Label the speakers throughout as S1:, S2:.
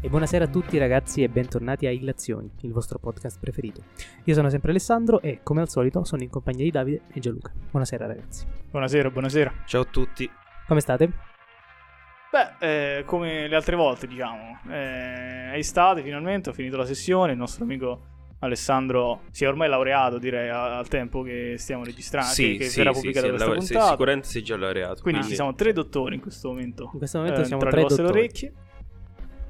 S1: E buonasera a tutti ragazzi e bentornati a Illazioni, il vostro podcast preferito. Io sono sempre Alessandro e come al solito sono in compagnia di Davide e Gianluca. Buonasera ragazzi.
S2: Buonasera, buonasera.
S3: Ciao a tutti.
S1: Come state?
S2: Beh, eh, come le altre volte, diciamo. Eh, è estate, finalmente, ho finito la sessione. Il nostro amico Alessandro si è ormai laureato, direi, a- al tempo che stiamo registrando. Ah,
S3: sì,
S2: che
S3: sì,
S2: verrà
S3: sì, sì,
S2: pubblicata questa
S3: la- sì,
S2: puntata.
S3: sicuramente Ah. sei già laureato.
S2: Quindi
S3: sì.
S2: ci siamo tre dottori in questo momento.
S1: In questo momento
S2: eh,
S1: siamo
S2: tra
S1: tre
S2: le vostre
S1: dottori.
S2: orecchie.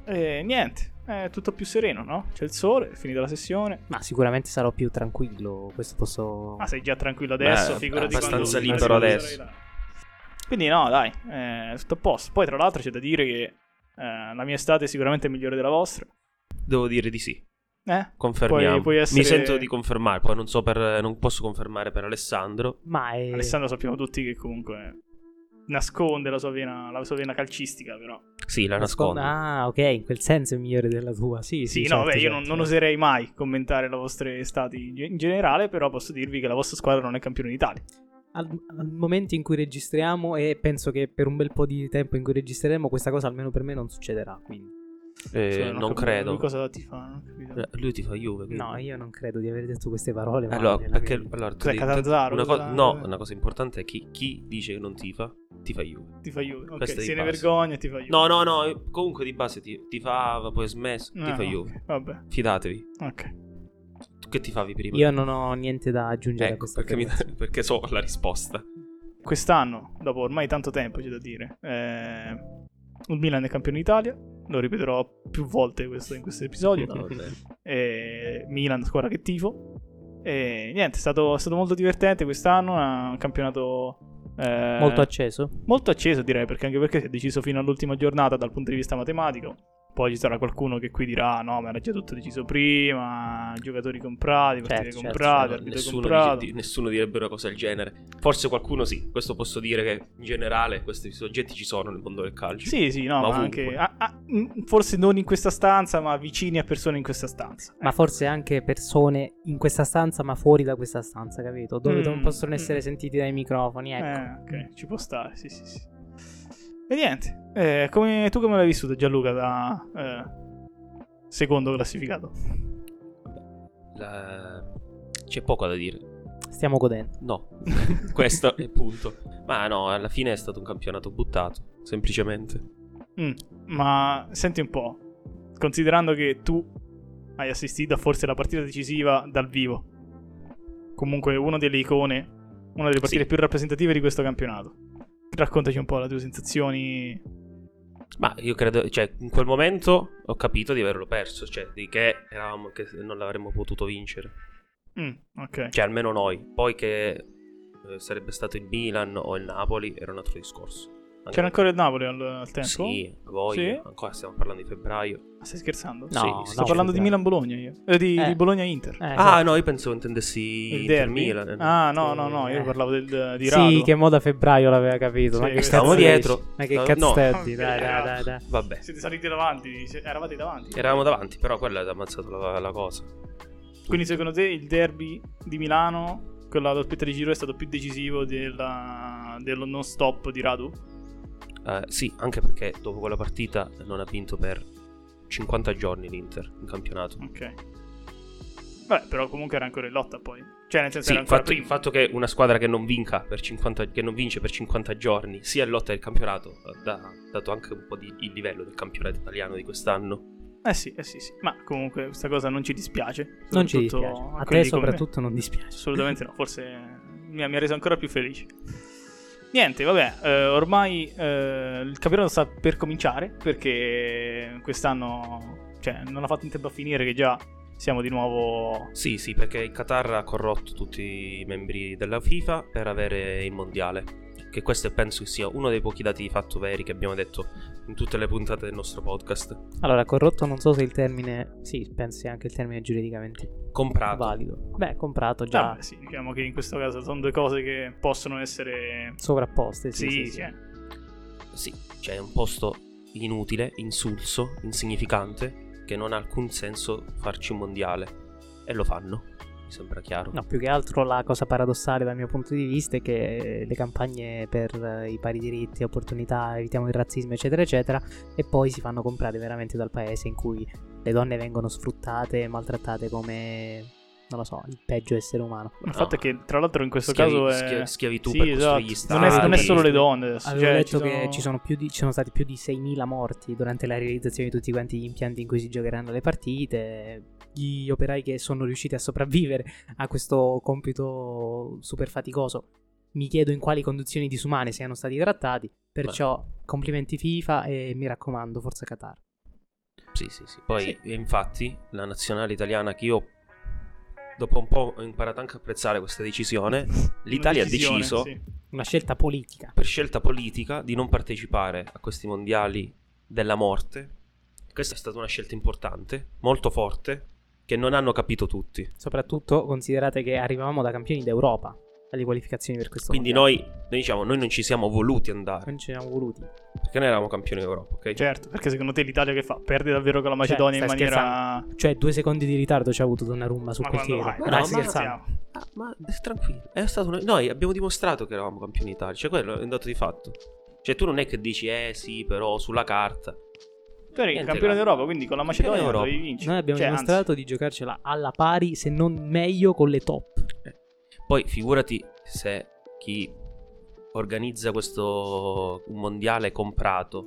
S2: E niente, è tutto più sereno, no? C'è il sole, è finita la sessione.
S1: Ma sicuramente sarò più tranquillo, questo posso...
S2: Ah, sei già tranquillo adesso,
S3: Beh,
S2: figurati
S3: abbastanza
S2: quando-
S3: libero
S2: quando
S3: adesso.
S2: sarai là. Quindi no, dai, eh, tutto a posto. Poi tra l'altro c'è da dire che eh, la mia estate è sicuramente migliore della vostra.
S3: Devo dire di sì.
S2: Eh?
S3: Confermiamo.
S2: Puoi- puoi essere-
S3: Mi sento di confermare, poi non so per non posso confermare per Alessandro.
S1: Ma è...
S2: Alessandro sappiamo tutti che comunque nasconde la sua vena, la sua vena calcistica, però.
S3: Sì, la nascondo.
S1: Ah, ok, in quel senso è migliore della tua. Sì, sì,
S2: Sì, no,
S1: certo,
S2: beh, io
S1: certo,
S2: non, non
S1: certo.
S2: oserei mai commentare le vostre estati in, ge- in generale, però posso dirvi che la vostra squadra non è campione d'Italia.
S1: al, al momento in cui registriamo e penso che per un bel po' di tempo in cui registreremo questa cosa almeno per me non succederà quindi.
S3: Eh,
S2: Scusa,
S3: non
S2: ho capito,
S3: credo.
S2: lui cosa ti fa? Non ho capito.
S3: Eh, Lui ti fa Juve. quindi. Eh,
S1: no io non credo di aver detto queste parole ma
S3: Allora,
S1: nella
S3: perché
S1: mia-
S3: allora, tu
S2: Cos'è,
S3: devi-
S2: Cioè, Catanzaro?
S3: una cosa-
S2: Cosa-
S3: no, una cosa importante è chi, chi dice che non ti fa, ti fa Juve.
S2: Ti fa Juve. Ok,
S3: Questo è
S2: se
S3: di
S2: ne
S3: base.
S2: vergogna, ti fa Juve.
S3: No, no, no, comunque di base ti, ti fa, poi è smesso, ti
S2: Ah,
S3: fa
S2: ok,
S3: Juve.
S2: Vabbè,
S3: Fidatevi.
S2: ok.
S3: Tu che ti favi prima?
S1: io non ho niente da aggiungere a
S3: ecco,
S1: questa
S3: perché, mi-
S1: affermazione.
S3: perché so la risposta.
S2: Quest'anno, dopo ormai tanto tempo, c'è da dire, eh, il Milan è campione d'Italia. Lo ripeterò più volte questo- in questo episodio.
S3: No, vabbè.
S2: eh, Milan, squadra che tifo. E niente, è stato, è stato molto divertente quest'anno, un campionato eh,
S1: molto acceso
S2: molto acceso direi, perché anche perché si è deciso fino all'ultima giornata dal punto di vista matematico. Poi ci sarà qualcuno che qui dirà: "Ah, No, ma era già tutto deciso prima. Giocatori comprati, partite
S1: Certo, certo,
S2: comprate,
S3: No,
S2: arbitro
S3: nessuno,
S2: comprato.
S3: dice- di- nessuno direbbe una cosa del genere. Forse qualcuno sì. Questo posso dire che in generale questi soggetti ci sono nel mondo del calcio.
S2: Sì, sì, no,
S3: Ma
S2: ma,
S3: ovunque.
S2: anche ah, ah, mm, forse non in questa stanza, ma vicini a persone in questa stanza.
S1: ma forse anche persone in questa stanza ma fuori da questa stanza capito dove
S2: Mm,
S1: non possono essere
S2: mm.
S1: sentiti dai microfoni ecco
S2: Eh, ok, ci può stare, sì, sì, sì. E niente, eh, come- tu come l'hai vissuto Gianluca da eh, secondo classificato?
S3: La- C'è poco da dire.
S1: stiamo godendo
S3: No, questo è il punto. Ma no, alla fine è stato un campionato buttato. Semplicemente.
S2: Mm, ma senti un po', considerando che tu hai assistito a forse la partita decisiva dal vivo, comunque una delle icone, una delle partite
S3: Sì.
S2: più rappresentative di questo campionato, raccontaci un po' le tue sensazioni.
S3: Ma io credo, cioè, in quel momento ho capito di averlo perso. Cioè, di che eravamo, che non l'avremmo potuto vincere.
S2: Mm, ok.
S3: Cioè, almeno noi. Poi che eh, sarebbe stato il Milan o il Napoli, era un altro discorso. Anche
S2: C'era
S3: perché-
S2: ancora il Napoli al, al tempo?
S3: Sì, voi.
S2: Sì?
S3: Ancora stiamo parlando di febbraio.
S2: Ma Stai scherzando?
S1: No,
S3: sì,
S2: Sto
S1: no,
S2: parlando di
S1: febbraio.
S2: Milan-Bologna io. Eh, di,
S1: Eh.
S2: di Bologna-Inter.
S1: Eh,
S3: Ah,
S1: esatto.
S3: no, io pensavo intendessi
S2: il
S3: Inter
S2: derby?
S3: Milan.
S2: Ah, no, no, no, io
S1: Eh.
S2: parlavo del, di Rado.
S1: sì che moda febbraio l'aveva capito
S2: Sì,
S1: ma che
S2: questo-
S1: cazzo
S2: Stavamo
S1: dici?
S3: dietro.
S1: ma che
S3: No,
S1: cazzo
S3: no.
S1: stai a dire?
S2: Ok,
S1: dai dai dai, dai.
S3: Vabbè.
S2: Siete saliti davanti, se- eravate davanti.
S3: Eravamo davanti, però quella ha ammazzato la, la cosa.
S2: Quindi secondo te il derby di Milano, quella doppietta di giro, è stato più decisivo della- dello non stop di Radu?
S3: Eh, sì, anche perché dopo quella partita non ha vinto per 50 giorni l'Inter in campionato.
S2: Ok. Vabbè, però comunque era ancora in lotta poi. Cioè, nel senso
S3: Sì,
S2: era
S3: il
S2: ancora
S3: fatto, il
S2: prima.
S3: fatto che una squadra che non, vinca per 50, che non vince per 50 giorni sia in lotta del campionato eh, ha dato anche un po' di il livello del campionato italiano di quest'anno.
S2: Eh sì, eh sì, sì. Ma comunque questa cosa non ci dispiace.
S1: non ci
S2: soprattutto
S1: dispiace a te
S2: quelli come me.
S1: soprattutto non dispiace
S2: Assolutamente no, forse mi ha, mi ha reso ancora più felice. Niente, vabbè, eh, ormai eh, il campionato sta per cominciare perché quest'anno cioè, non ha fatto in tempo a finire che già siamo di nuovo...
S3: Sì, sì, perché il Qatar ha corrotto tutti i membri della FIFA per avere il mondiale. Che questo penso che sia uno dei pochi dati di fatto veri che abbiamo detto in tutte le puntate del nostro podcast.
S1: Allora, corrotto non so se il termine. Sì, penso sia anche il termine giuridicamente
S3: Comprato.
S1: valido. Beh, comprato già
S2: Già, sì, diciamo che in questo caso sono due cose che possono essere...
S1: sovrapposte. Sì, sì,
S2: Sì,
S1: sì.
S2: cioè,
S3: Sì, cioè è un posto inutile, insulso, insignificante, che non ha alcun senso farci un mondiale. E lo fanno. Mi sembra chiaro.
S1: No, più che altro la cosa paradossale dal mio punto di vista è che eh, le campagne per eh, i pari diritti, opportunità, evitiamo il razzismo, eccetera, eccetera, e poi si fanno comprare veramente dal paese in cui le donne vengono sfruttate e maltrattate come, non lo so, il peggio essere umano.
S2: Il fatto è che, tra l'altro, in questo
S3: Schiavi-
S2: caso è...
S3: schia- schiavitù
S2: Sì,
S3: per
S2: esatto.
S3: costruire gli
S2: non, è, non è
S3: stati.
S2: solo le donne adesso.
S1: Avevo
S2: cioè,
S1: letto che ci sono, più di, ci sono stati più di 6.000 morti durante la realizzazione di tutti quanti gli impianti in cui si giocheranno le partite. Gli operai che sono riusciti a sopravvivere a questo compito super faticoso. Mi chiedo in quali condizioni disumane siano stati trattati. Perciò, complimenti FIFA e mi raccomando, forza Qatar.
S3: Sì, sì, sì. Poi,
S2: Sì.
S3: e infatti, la nazionale italiana che io dopo un po' ho imparato anche a apprezzare questa decisione, l'Italia ha
S2: decisione,
S3: deciso
S2: sì.
S1: Una scelta politica.
S3: per scelta politica di non partecipare a questi mondiali della morte. Questa è stata una scelta importante, molto forte, che non hanno capito tutti.
S1: Soprattutto considerate che arrivavamo da campioni d'Europa alle qualificazioni per questo
S3: Quindi
S1: mondiale.
S3: noi, noi diciamo, noi non ci siamo voluti andare,
S1: non ci siamo voluti.
S3: perché noi eravamo campioni d'Europa, ok?
S2: Certo, perché secondo te l'Italia che fa? Perde davvero con la Macedonia
S1: Cioè,
S2: in
S1: stai
S2: maniera...
S1: Cioè, due secondi di ritardo ci ha avuto Donnarumma su
S2: Ma
S1: quel
S2: quando
S1: tiro. Dai,
S2: vai?
S3: No, ma-
S1: scherzando.
S3: Ah, ma eh, tranquillo, è stato una- noi abbiamo dimostrato che eravamo campioni d'Italia, cioè quello è un dato di fatto. Cioè tu non è che dici, eh sì, però sulla carta.
S2: Tu eri
S3: Niente,
S2: campione
S3: la-
S2: d'Europa, quindi con la Macedonia
S3: Campione
S2: dovevi
S3: d'Europa.
S2: vincere.
S1: Noi abbiamo
S2: Cioè, anzi,
S1: dimostrato di giocarcela alla pari, se non meglio, con le top.
S3: Poi figurati se chi organizza questo un mondiale comprato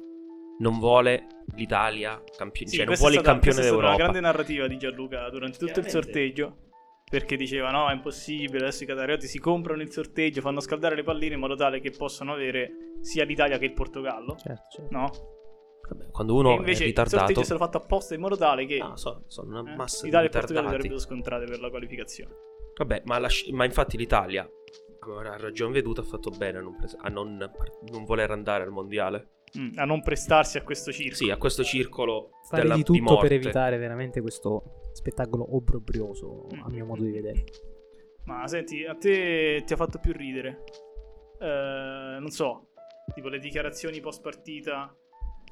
S3: non vuole l'Italia campione,
S2: sì,
S3: cioè non
S2: questa è
S3: vuole il
S2: stata-
S3: campione
S2: questa
S3: d'Europa.
S2: È stata una grande narrativa di Gianluca durante tutto il sorteggio. Perché diceva: No, è impossibile. Adesso i catarioti si comprano il sorteggio, fanno scaldare le palline in modo tale che possano avere sia l'Italia che il Portogallo.
S1: Certo, certo.
S2: No?
S3: Vabbè, quando
S2: e
S3: uno è
S2: invece il
S3: ritardato,
S2: sorteggio è stato fatto apposta in modo tale che
S3: Ah, so- sono una
S2: eh,
S3: massa di
S2: Italia e Portogallo
S3: ritardati.
S2: sarebbero scontrate per la qualificazione.
S3: Vabbè, ma, la sci- ma infatti l'Italia a ragion veduta ha fatto bene a non, pres- a non par- non voler andare al mondiale.
S2: Mm, a non prestarsi a questo circo.
S3: Sì, a questo circolo
S1: Fare
S3: della-
S1: di
S3: di
S1: tutto per
S3: morte.
S1: evitare veramente questo spettacolo obbrobrioso,
S2: Mm.
S1: a mio modo di vedere.
S2: Ma senti, a te ti ha fatto più ridere? Eh, non so, tipo le dichiarazioni post partita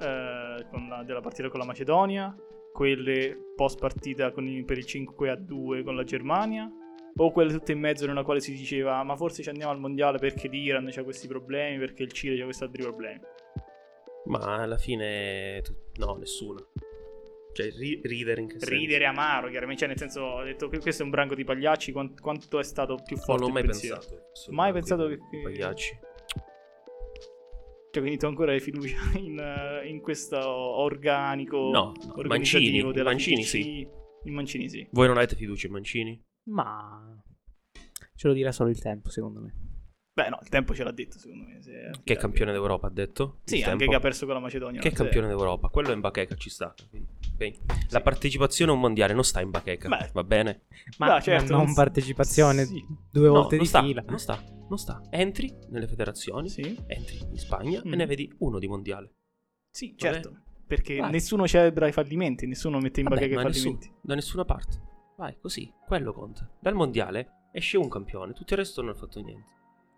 S2: eh, con la- della partita con la Macedonia, quelle post partita con il- per il 5 a 2 con la Germania, o quelle tutte in mezzo nella quale si diceva ma forse ci andiamo al mondiale perché l'Iran ha questi problemi, perché il Cile ha questi altri problemi.
S3: Ma alla fine tu- no, nessuno. Cioè, ri- ridere in che senso?
S2: Ridere amaro, chiaramente, cioè nel senso, ho detto che questo è un branco di pagliacci, quan- quanto, è stato più
S3: Non
S2: forte
S3: l'ho
S2: il
S3: mai
S2: pensiero?
S3: pensato. Sono
S2: Mai
S3: con
S2: pensato
S3: i-
S2: che-
S3: con i Pagliacci.
S2: Cioè, quindi tu ancora hai fiducia in, eh, in questo organico
S3: No, no,
S2: organizzativo
S3: Mancini,
S2: della
S3: Mancini
S2: FIGC?
S3: sì.
S2: In Mancini sì.
S3: Voi non avete fiducia in Mancini?
S1: Ma ce lo dirà solo il tempo, secondo me.
S2: Beh, no, il tempo ce l'ha detto, secondo me. se è
S3: Che
S2: affidabile.
S3: è campione d'Europa, ha detto?
S2: Sì,
S3: Il
S2: anche
S3: tempo.
S2: che ha perso con la Macedonia.
S3: Che è
S2: no?
S3: campione d'Europa? Quello è in bacheca, ci sta. Ok. La partecipazione a un mondiale non sta in bacheca,
S2: Beh.
S3: va bene?
S1: Ma
S2: Beh,
S1: una
S2: certo,
S1: non
S2: non-
S1: partecipazione
S2: sì.
S1: due
S3: no,
S1: volte
S3: non
S1: di
S3: sta,
S1: fila.
S3: Non sta, non sta. Entri nelle federazioni,
S2: Sì,
S3: entri in Spagna
S2: Mm.
S3: e ne vedi uno di mondiale.
S2: sì
S3: Vabbè.
S2: certo. Perché
S3: Vai.
S2: nessuno celebra i fallimenti, nessuno mette in
S3: Vabbè,
S2: bacheca
S3: ma
S2: i
S3: nessuno-
S2: fallimenti.
S3: da nessuna parte. Vai, così, quello conta. Dal mondiale esce un campione, tutto il resto non ha fatto niente.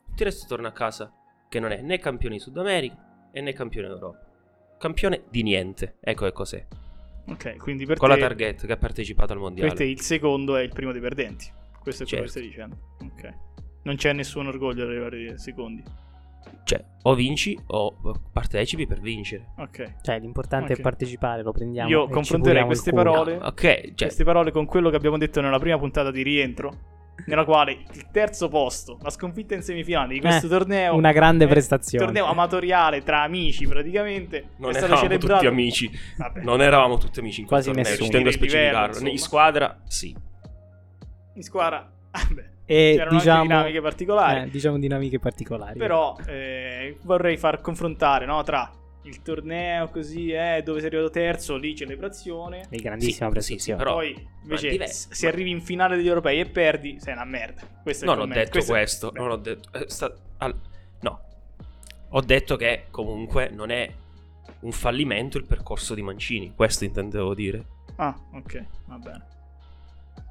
S3: Tutto il resto torna a casa che non è né campione di Sud America e né campione d'Europa. Campione di niente, ecco che cos'è.
S2: Ok, quindi per
S3: Con
S2: te,
S3: la target che ha partecipato al mondiale.
S2: per te il secondo è il primo dei perdenti. Questo è quello che
S3: Certo.
S2: stai dicendo. Ok. Non c'è nessun orgoglio ad arrivare ai secondi.
S3: Cioè, o vinci o partecipi per vincere.
S2: Ok.
S1: Cioè, l'importante
S2: Ok.
S1: è partecipare, lo prendiamo.
S2: Io
S1: e ci
S2: confronterei
S1: curiamo
S2: queste
S1: il culo.
S2: parole-
S3: No, ok, cioè,
S2: queste parole con quello che abbiamo detto nella prima puntata di rientro, nella quale il terzo posto, la sconfitta in semifinale di questo
S1: Eh,
S2: torneo,
S1: Una grande
S2: eh,
S1: prestazione.
S2: torneo amatoriale tra amici praticamente,
S3: non
S2: è stato
S3: eravamo
S2: celebrato.
S3: tutti amici.
S2: Vabbè,
S3: Non eravamo tutti amici in quel
S1: Quasi
S3: torneo,
S1: nessuno.
S3: Ci tengo a
S2: Livello,
S3: specificarlo. In
S2: insomma.
S3: squadra, sì.
S2: in squadra, vabbè,
S1: e
S2: c'erano
S1: diciamo,
S2: anche dinamiche particolari,
S1: eh, diciamo dinamiche particolari.
S2: però eh, vorrei far confrontare no, tra il torneo così, eh, dove sei arrivato terzo, lì celebrazione,
S1: È grandissima
S3: Sì, sì,
S1: prestazione.
S3: sì, però-
S2: poi...
S3: ma è
S2: Invece,
S3: diverso,
S2: se
S3: ma-
S2: arrivi in finale degli europei e perdi, sei una merda. Questo è il
S3: Non ho
S2: commento.
S3: detto
S2: Questo
S3: questo,
S2: è-
S3: non ho detto... eh, sta- al- no, ho detto che comunque non è un fallimento il percorso di Mancini, questo intendevo dire.
S2: Ah, ok, va bene.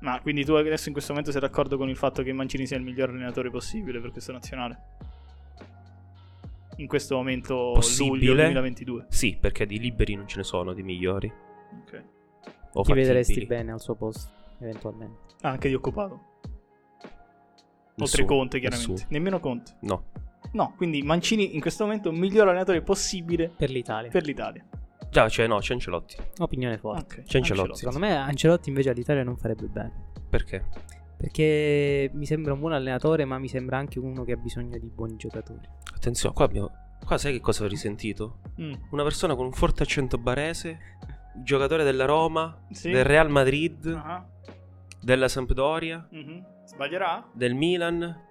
S2: Ma quindi tu adesso in questo momento sei d'accordo con il fatto che Mancini sia il miglior allenatore possibile per questa nazionale? In questo momento luglio
S3: Possibile?
S2: 2022.
S3: Sì, perché di liberi non ce ne sono, di migliori.
S2: Ok.
S3: O
S1: Ti vedresti
S3: fattibili.
S1: bene al suo posto, eventualmente.
S2: Ah, anche di occupato. oltre
S3: Nessuno,
S2: Conte chiaramente,
S3: nessuno.
S2: nemmeno Conte.
S3: No.
S2: No, quindi Mancini in questo momento è il miglior allenatore possibile
S1: per l'Italia.
S2: per l'Italia.
S3: Già, cioè, no, c'è Ancelotti.
S1: Opinione forte.
S2: Ok,
S3: C'è Ancelotti.
S1: Secondo me Ancelotti invece all'Italia non farebbe bene.
S3: Perché?
S1: Perché mi sembra un buon allenatore, ma mi sembra anche uno che ha bisogno di buoni giocatori.
S3: Attenzione, qua abbiamo. Qua sai che cosa ho risentito?
S2: Mm,
S3: Una persona con un forte accento barese, giocatore della Roma,
S2: Mm, Sì.
S3: del Real Madrid,
S2: ah,
S3: della Sampdoria,
S2: mhm. Sbaglierà?
S3: del Milan,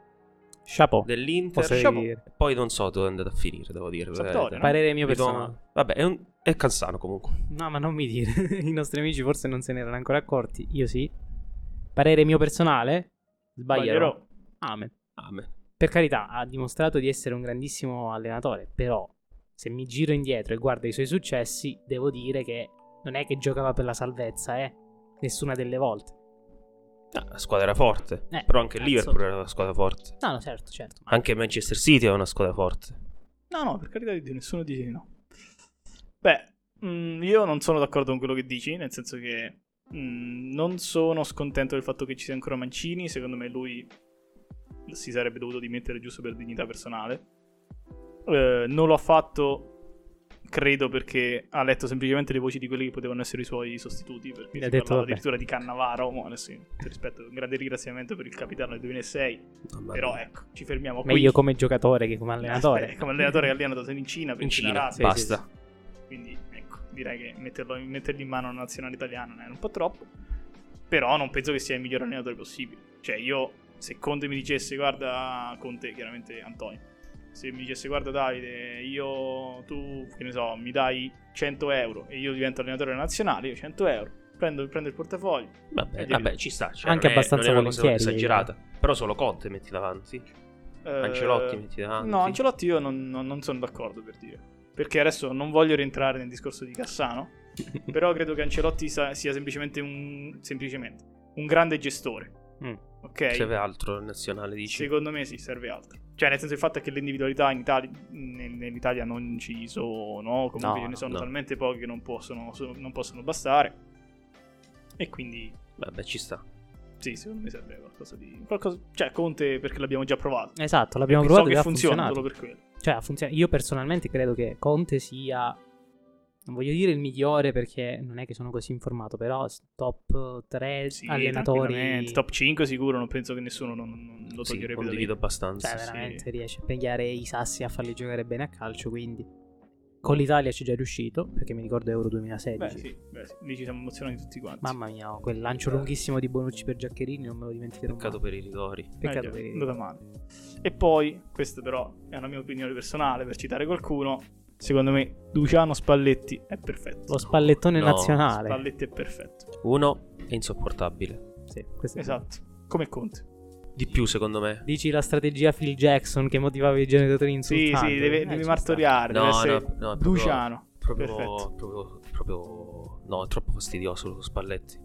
S1: Chapeau.
S3: dell'Inter.
S1: Posso
S2: Sciamo.
S1: dire.
S3: E Poi non so dove è andato a finire, devo dire. per la
S2: Sampdoria,
S3: verità.
S2: no?
S1: Parere mio
S3: Mi do-
S1: personale.
S3: Vabbè, è, un... è Calzano comunque.
S1: No, ma non mi dire. I nostri amici forse non se ne erano ancora accorti. Io sì. Parere mio personale? Sbaglierò.
S2: Sbaglierò.
S1: Amen.
S3: Amen.
S1: Per carità, ha dimostrato di essere un grandissimo allenatore, però se mi giro indietro e guardo i suoi successi, devo dire che non è che giocava per la salvezza, eh. Nessuna delle volte.
S3: Ah, la squadra era forte.
S1: Eh,
S3: Però anche il
S1: cazzo.
S3: Liverpool era una squadra forte.
S1: No, no, certo, certo. Ma
S3: Anche Manchester City è una squadra forte.
S2: No, no, per carità di Dio, nessuno dice di no. Beh, mm, io non sono d'accordo con quello che dici, nel senso che mm, non sono scontento del fatto che ci sia ancora Mancini, secondo me lui si sarebbe dovuto dimettere giusto per dignità personale. Eh, non lo ha fatto, credo, perché ha letto semplicemente le voci di quelli che potevano essere i suoi sostituti, perché
S1: Mi
S2: si
S1: ha detto,
S2: parlava
S1: vabbè.
S2: addirittura di Cannavaro, ma adesso io, ti rispetto, un grande ringraziamento per il capitano del 2006,
S3: Mamma
S2: però
S3: mia.
S2: ecco, ci fermiamo qui.
S1: meglio come giocatore che come allenatore.
S2: Eh, come allenatore che allena da in Cina per
S3: in Cina,
S2: Cina
S1: sì,
S3: basta.
S2: quindi ecco direi che metterlo, mettergli in mano la nazionale italiana non era un po' troppo però non penso che sia il miglior allenatore possibile cioè io se Conte mi dicesse guarda Conte chiaramente Antonio se mi dicesse guarda Davide io tu che ne so mi dai 100 euro e io divento allenatore della nazionale io 100 euro prendo, prendo il portafoglio
S3: Vabbè,
S2: Eh,
S3: vabbè, ci sta. cioè,
S1: Anche
S3: non è-
S1: abbastanza
S3: non è una cosa
S1: volentieri, eh.
S3: esagerata. Però solo Conte metti davanti.
S2: Eh,
S3: Ancelotti metti davanti.
S2: No, Ancelotti io non, non- non sono d'accordo per dire. Perché adesso non voglio rientrare nel discorso di Cassano. però credo che Ancelotti sa- sia semplicemente un, semplicemente un grande gestore.
S1: Mm.
S2: Ok?
S3: Serve altro il nazionale, dici?
S2: Secondo me sì, serve altro. Cioè, nel senso il fatto è che le individualità in Itali- nel- nell'Italia non ci sono, comunque
S1: No,
S2: ce ne sono
S3: no.
S2: talmente poche che non possono, so- non possono bastare. E quindi
S3: Vabbè, ci sta.
S2: sì, secondo me serve qualcosa di... Qualcosa, cioè, Conte perché l'abbiamo già provato.
S1: Esatto, l'abbiamo
S2: so
S1: provato
S2: che
S1: e ha
S2: funziona
S1: funzionato.
S2: solo per quello.
S1: Cioè, ha funzionato. Io personalmente credo che Conte sia non voglio dire il migliore perché non è che sono così informato, però s- top 3
S2: Sì,
S1: allenatori
S2: tranquillamente. top 5 sicuro non penso che nessuno non, non lo
S3: Sì,
S2: toglierebbe da lì.
S3: condivido abbastanza.
S1: Cioè,
S3: sì.
S1: veramente riesce a pigliare i sassi e a farli giocare bene a calcio. Quindi con l'Italia ci è già riuscito. Perché mi ricordo Euro 2016.
S2: Beh, sì, beh, sì, lì ci siamo emozionati tutti quanti.
S1: Mamma mia, oh, quel lancio lunghissimo di Bonucci per Giaccherini non me lo dimenticherò.
S3: Peccato
S1: mai.
S3: per i rigori.
S1: Peccato
S2: Eh,
S1: per
S2: già, è
S1: il-
S2: andata male. E poi, questa però è una mia opinione personale, per citare qualcuno, secondo me Luciano Spalletti è perfetto.
S1: lo spallettone
S3: No,
S1: nazionale.
S2: Spalletti è perfetto.
S3: Uno è insopportabile.
S1: Sì, questo è-
S2: Esatto. Come Conte.
S3: Di più, secondo me.
S1: Dici la strategia Phil Jackson che motivava i genitori
S2: Sì,
S1: insultanti.
S2: sì, deve-
S1: Eh,
S2: devi
S1: ci
S2: martoriare,
S3: No,
S2: deve
S3: no,
S2: essere
S3: no, è proprio-
S2: Luciano.
S3: Proprio,
S2: Perfetto.
S3: proprio, proprio- No, è troppo fastidioso lo Spalletti.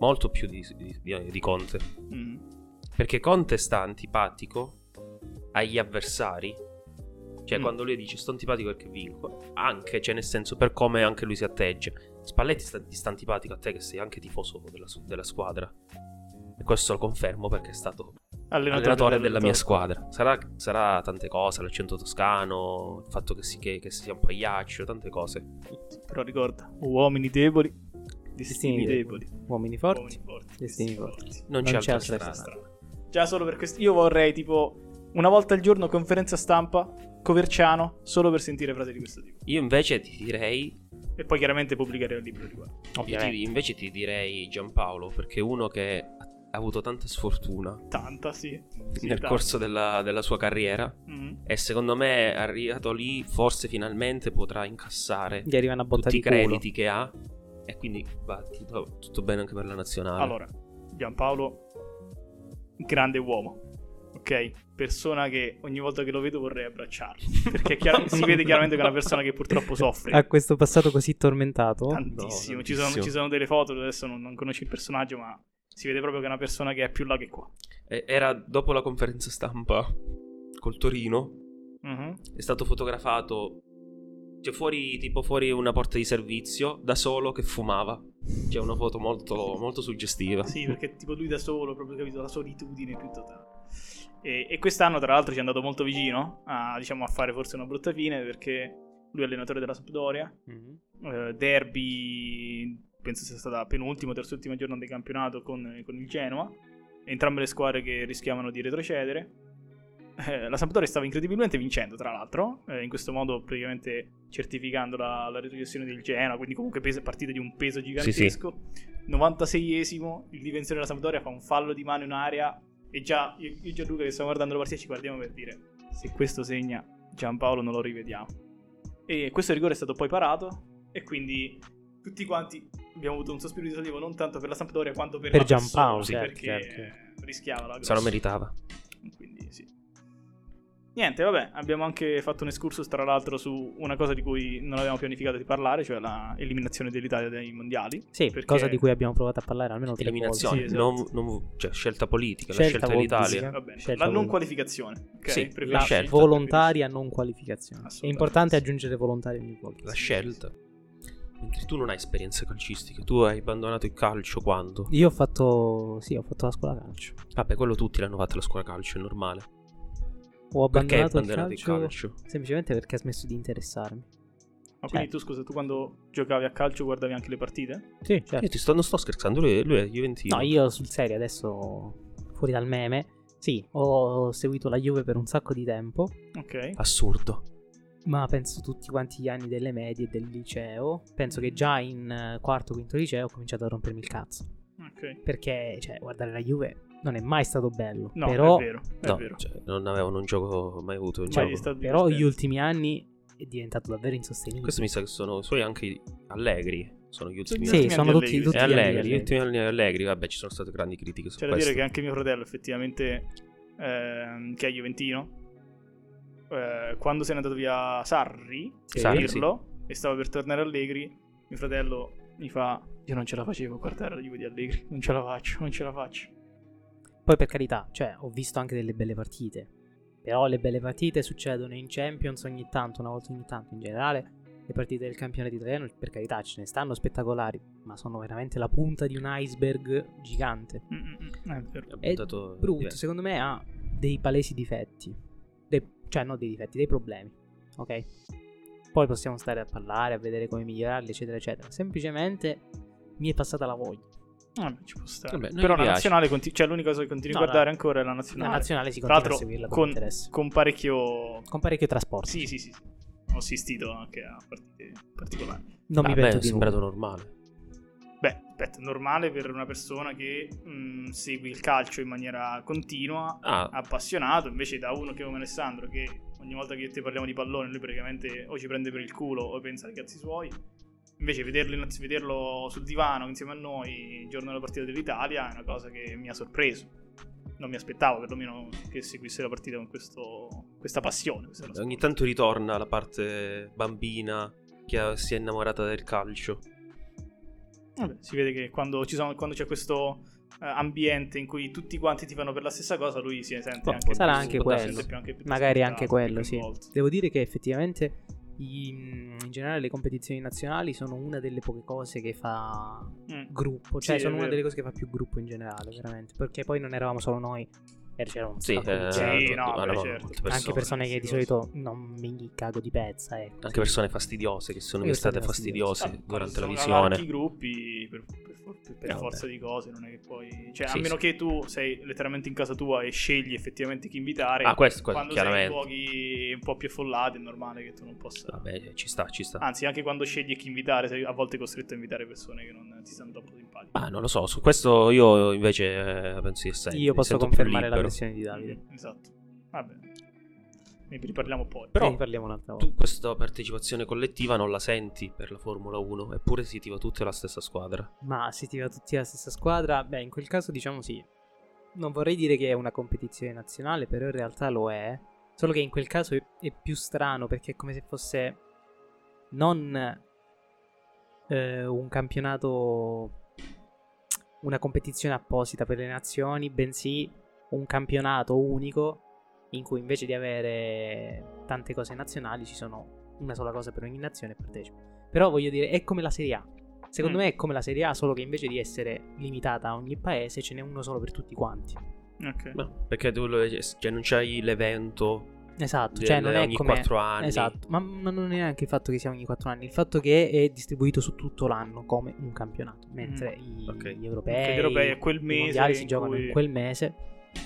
S3: Molto più di, di- di- di Conte.
S2: Mm.
S3: Perché Conte sta antipatico agli avversari. Cioè,
S2: Mm.
S3: quando lui dice sto antipatico perché vinco, anche, cioè, nel senso, per come anche lui si atteggia. Spalletti sta, ti sta antipatico a te, che sei anche tifoso della, su- della squadra. E questo lo confermo perché è stato allenatore della mia squadra. Sarà, sarà tante cose, l'accento toscano, il fatto che, si- che- che sia un pagliaccio, tante cose.
S2: Però ricorda, uomini deboli, destini,
S1: Destini
S2: deboli.
S1: deboli. Uomini forti.
S2: Uomini forti,
S1: Destini
S3: Non,
S1: Non
S3: c'è,
S1: c'è
S3: altra
S1: altra
S3: strada.
S2: strana. Già solo per questo. Io vorrei tipo una volta al giorno conferenza stampa, Coverciano, solo per sentire frasi di questo tipo.
S3: Io invece ti direi,
S2: E poi chiaramente pubblicare un libro riguardo.
S1: Ovviamente.
S3: ti- invece ti direi Giampaolo, perché è uno che ha avuto tanta sfortuna
S2: Eh, Tanta, sì. Sì,
S3: nel
S2: tanta.
S3: corso della, della sua carriera
S2: Mm.
S3: e secondo me arrivato lì forse finalmente potrà incassare
S1: Gli arriva una botta
S3: tutti i
S1: di culo.
S3: crediti che ha e quindi va tutto, tutto bene anche per la nazionale.
S2: Allora, Giampaolo, grande uomo. Ok, persona che ogni volta che lo vedo vorrei abbracciarlo. Perché è chiaro- si vede chiaramente che è una persona che purtroppo soffre.
S1: Ha questo passato così tormentato.
S2: tantissimo.
S3: No,
S2: Ci, sono,
S3: tantissimo.
S2: ci sono delle foto, adesso non, non conosci il personaggio, ma si vede proprio che è una persona che è più là che qua.
S3: E- era dopo la conferenza stampa col Torino
S2: Mhm.
S3: è stato fotografato cioè fuori, tipo fuori una porta di servizio da solo che fumava. C'è una foto molto, molto suggestiva.
S2: Sì, perché tipo lui da solo, proprio capito, la solitudine più totale. E, e quest'anno, tra l'altro, ci è andato molto vicino a, diciamo, a fare forse una brutta fine perché lui è allenatore della Sampdoria.
S3: Mhm.
S2: eh, derby, penso sia stata penultimo, terz'ultima giornata di campionato con, con il Genoa. Entrambe le squadre che rischiavano di retrocedere. Eh, la Sampdoria stava incredibilmente vincendo, tra l'altro, eh, in questo modo praticamente certificando la, la retrocessione del Genoa, quindi comunque pesa- partita di un peso gigantesco. 96esimo, il difensore della Sampdoria fa un fallo di mano in un'area e già io, io e Gianluca che stiamo guardando la partita ci guardiamo per dire se questo segna Giampaolo non lo rivediamo. E questo rigore è stato poi parato e quindi tutti quanti abbiamo avuto un sospiro di sollievo non tanto per la Sampdoria quanto per,
S1: Per
S2: la persona,
S1: Giampaolo,
S2: sì,
S1: certo,
S2: perché
S1: certo.
S2: rischiava la
S3: Se lo
S2: grossa.
S3: meritava.
S2: Quindi sì. Niente, vabbè, abbiamo anche fatto un excursus tra l'altro su una cosa di cui non avevamo pianificato di parlare, cioè l'eliminazione dell'Italia dai mondiali.
S1: Sì,
S2: Perché-
S1: cosa di cui abbiamo provato a parlare almeno tre
S3: Eliminazione,
S2: Sì, esatto.
S3: non- non- cioè, scelta politica,
S1: Scelta
S3: la scelta
S1: politica.
S3: dell'Italia.
S2: Va bene,
S1: Scelta
S2: la non
S1: volontaria.
S2: qualificazione. ok?
S3: Sì,
S2: Preferisci-
S3: la
S1: volte.
S3: scelta.
S1: Volontaria non qualificazione. È
S2: Assolutamente.
S1: importante aggiungere volontaria ogni volta.
S3: La scelta. Mentre tu non hai esperienze calcistiche, tu hai abbandonato il calcio quando?
S1: Io ho fatto. Sì, ho fatto la scuola calcio.
S3: Vabbè, quello tutti l'hanno fatta la scuola calcio, è normale.
S1: Ho
S3: Perché hai
S1: abbandonato, il,
S3: abbandonato il
S1: calcio
S3: calcio?
S1: semplicemente perché ha smesso di interessarmi.
S2: Ma
S1: Cioè.
S2: quindi tu scusa, tu quando giocavi a calcio guardavi anche le partite?
S1: Sì,
S3: Io Eh, ti sto, non sto scherzando, lui, lui è Juventino.
S1: No, io sul serio adesso fuori dal meme. Sì, ho seguito la Juve per un sacco di tempo,
S2: Ok.
S3: Assurdo.
S1: ma penso tutti quanti gli anni delle medie e del liceo. Penso che già in eh, quarto, quinto liceo ho cominciato a rompermi il cazzo.
S2: Ok.
S1: Perché, cioè, guardare la Juve non è mai stato bello.
S2: No,
S1: però,
S2: è vero, è
S3: No,
S2: vero.
S3: cioè, diciamo, non avevano un gioco mai avuto. Un
S2: Cioè,
S3: gioco.
S2: gli sta
S1: però gli
S2: divertendo.
S1: ultimi anni è diventato davvero insostenibile.
S3: Questo mi sa che sono i suoi anche allegri. Sono gli ultimi
S2: gli
S3: anni.
S1: Sì,
S2: ultimi
S1: sono
S2: anni
S1: tutti,
S2: Allegri.
S1: tutti gli
S3: È
S1: anni
S3: allegri, gli
S1: Allegri.
S3: ultimi anni allegri. Vabbè, ci sono state grandi critiche su
S2: C'è da
S3: questo.
S2: dire che anche mio fratello, effettivamente, ehm, che è Juventino, eh, quando se n'è andato via Sarri,
S1: Sì.
S2: a
S3: Sarri,
S2: dirlo, e stava per tornare Allegri, mio fratello mi fa: Io non ce la facevo a guardare la Juve di Allegri, non ce la faccio, non ce la faccio.
S1: Poi per carità, cioè, ho visto anche delle belle partite. Però le belle partite succedono in Champions ogni tanto, una volta ogni tanto in generale. Le partite del campionato italiano, per carità, ce ne stanno spettacolari, ma sono veramente la punta di un iceberg gigante.
S2: Mm, mm, mm, è vero.
S3: Ha
S1: È
S3: buttato
S1: brutto,
S3: diverso.
S1: secondo me ha dei palesi difetti. Dei- cioè, non dei difetti, dei problemi. Ok? Poi possiamo stare a parlare, a vedere come migliorarli, eccetera, eccetera. Semplicemente mi è passata la voglia.
S2: Vabbè, Ah, ci può stare.
S3: Vabbè, non
S2: Però
S3: gli
S2: la
S3: piace.
S2: nazionale, conti- cioè, l'unica cosa che continui a
S1: No,
S2: guardare
S1: la-
S2: ancora è la
S1: La
S2: nazionale.
S1: nazionale si
S2: Tra
S1: continua a
S2: l'altro,
S1: seguirla con,
S2: con,
S1: interesse.
S2: con parecchio.
S1: Con parecchio trasporto.
S2: Sì, sì, sì, sì. Ho assistito anche a partite particolari.
S1: Non
S3: Ah,
S1: mi
S3: beh,
S1: pento
S3: è
S1: di
S3: sembrato
S1: nulla.
S3: normale.
S2: Beh, aspetta, normale per una persona che mh, segui il calcio in maniera continua,
S3: Ah,
S2: appassionato, invece da uno che come Alessandro, che ogni volta che te parliamo di pallone, lui praticamente o ci prende per il culo o pensa ai cazzi suoi. Invece vederlo, in- vederlo sul divano insieme a noi il giorno della partita dell'Italia è una cosa che mi ha sorpreso. Non mi aspettavo perlomeno che seguisse la partita con questo- questa passione. questa cosa.
S3: ogni tanto ritorna la parte bambina che ha- si è innamorata del calcio.
S2: Vabbè, si vede che quando, ci sono- quando c'è questo eh, ambiente in cui tutti quanti ti fanno per la stessa cosa, lui si sente
S3: Ma
S2: anche
S1: sarà
S2: più-
S1: anche
S2: si
S1: quello.
S2: sente più- anche più
S1: Magari
S2: ascoltato,
S1: anche quello,
S2: più
S1: sì.
S2: coinvolto.
S1: Devo dire che effettivamente i- in generale le competizioni nazionali sono una delle poche cose che fa
S2: Mm.
S1: gruppo, cioè
S2: Sì, è
S1: sono una
S2: vero.
S1: delle cose che fa più gruppo in generale, veramente, perché poi non eravamo solo noi, eh, c'era un
S3: Sì,
S1: sacco di
S3: eh,
S1: gente,
S2: Sì,
S3: do-
S2: no,
S3: do-
S2: beh,
S3: allora,
S2: certo.
S3: molte
S1: anche persone che di
S2: sì,
S1: solito non mi cago di pezza, ecco.
S3: anche persone fastidiose che sono
S1: Io
S3: mi state
S1: sono
S3: fastidiose
S2: Ah, quando
S3: durante la
S2: sono
S3: visione.
S2: allarghi i gruppi per, per for- per- per
S3: Eh, vabbè.
S2: forza di cose, non è che poi... Cioè,
S3: Sì,
S2: a meno
S3: sì.
S2: che tu sei letteralmente in casa tua e scegli effettivamente chi invitare,
S3: Ah, questo, questo,
S2: quando sei in
S3: chiaramente.
S2: luoghi un po' più affollati è normale che tu non possa...
S3: Vabbè, ci sta, ci sta.
S2: Anzi, anche quando scegli chi invitare, sei a volte costretto a invitare persone che non ti stanno troppo simpatiche.
S3: Ah, non lo so, su questo io invece eh, penso di essere.
S1: Io
S3: mi
S1: posso
S3: sento più
S1: confermare la
S3: libero.
S1: versione di Davide.
S2: Mm, Esatto. Vabbè. Ne riparliamo poi.
S3: Però-
S1: ne parliamo un'altra volta.
S3: Tu questa partecipazione collettiva non la senti per la Formula 1, eppure si tiva tutta la stessa squadra.
S1: Ma se ti va tutti la stessa squadra, beh, in quel caso diciamo sì. Non vorrei dire che è una competizione nazionale, però in realtà lo è. Solo che in quel caso è, è più strano perché è come se fosse non eh, un campionato, una competizione apposita per le nazioni, bensì un campionato unico in cui invece di avere tante cose nazionali ci sono una sola cosa per ogni nazione e partecipa. Però voglio dire, è come la Serie A. Secondo
S2: Mm.
S1: me è come la Serie A, solo che invece di essere limitata a ogni paese ce n'è uno solo per tutti quanti.
S2: Ok.
S3: No, perché tu lo- cioè, non c'hai l'evento
S1: Esatto,
S3: del-
S1: cioè non è
S3: ogni
S1: come...
S3: 4 anni.
S1: Esatto, ma, ma non è neanche il fatto che sia ogni 4 anni, il fatto che è distribuito su tutto l'anno come un campionato, mentre i-
S3: ok.
S1: gli europei,
S2: Perché Mm, gli europei è quel
S1: i
S2: mese
S1: mondiali si
S2: in
S1: giocano
S2: cui-
S1: in quel mese.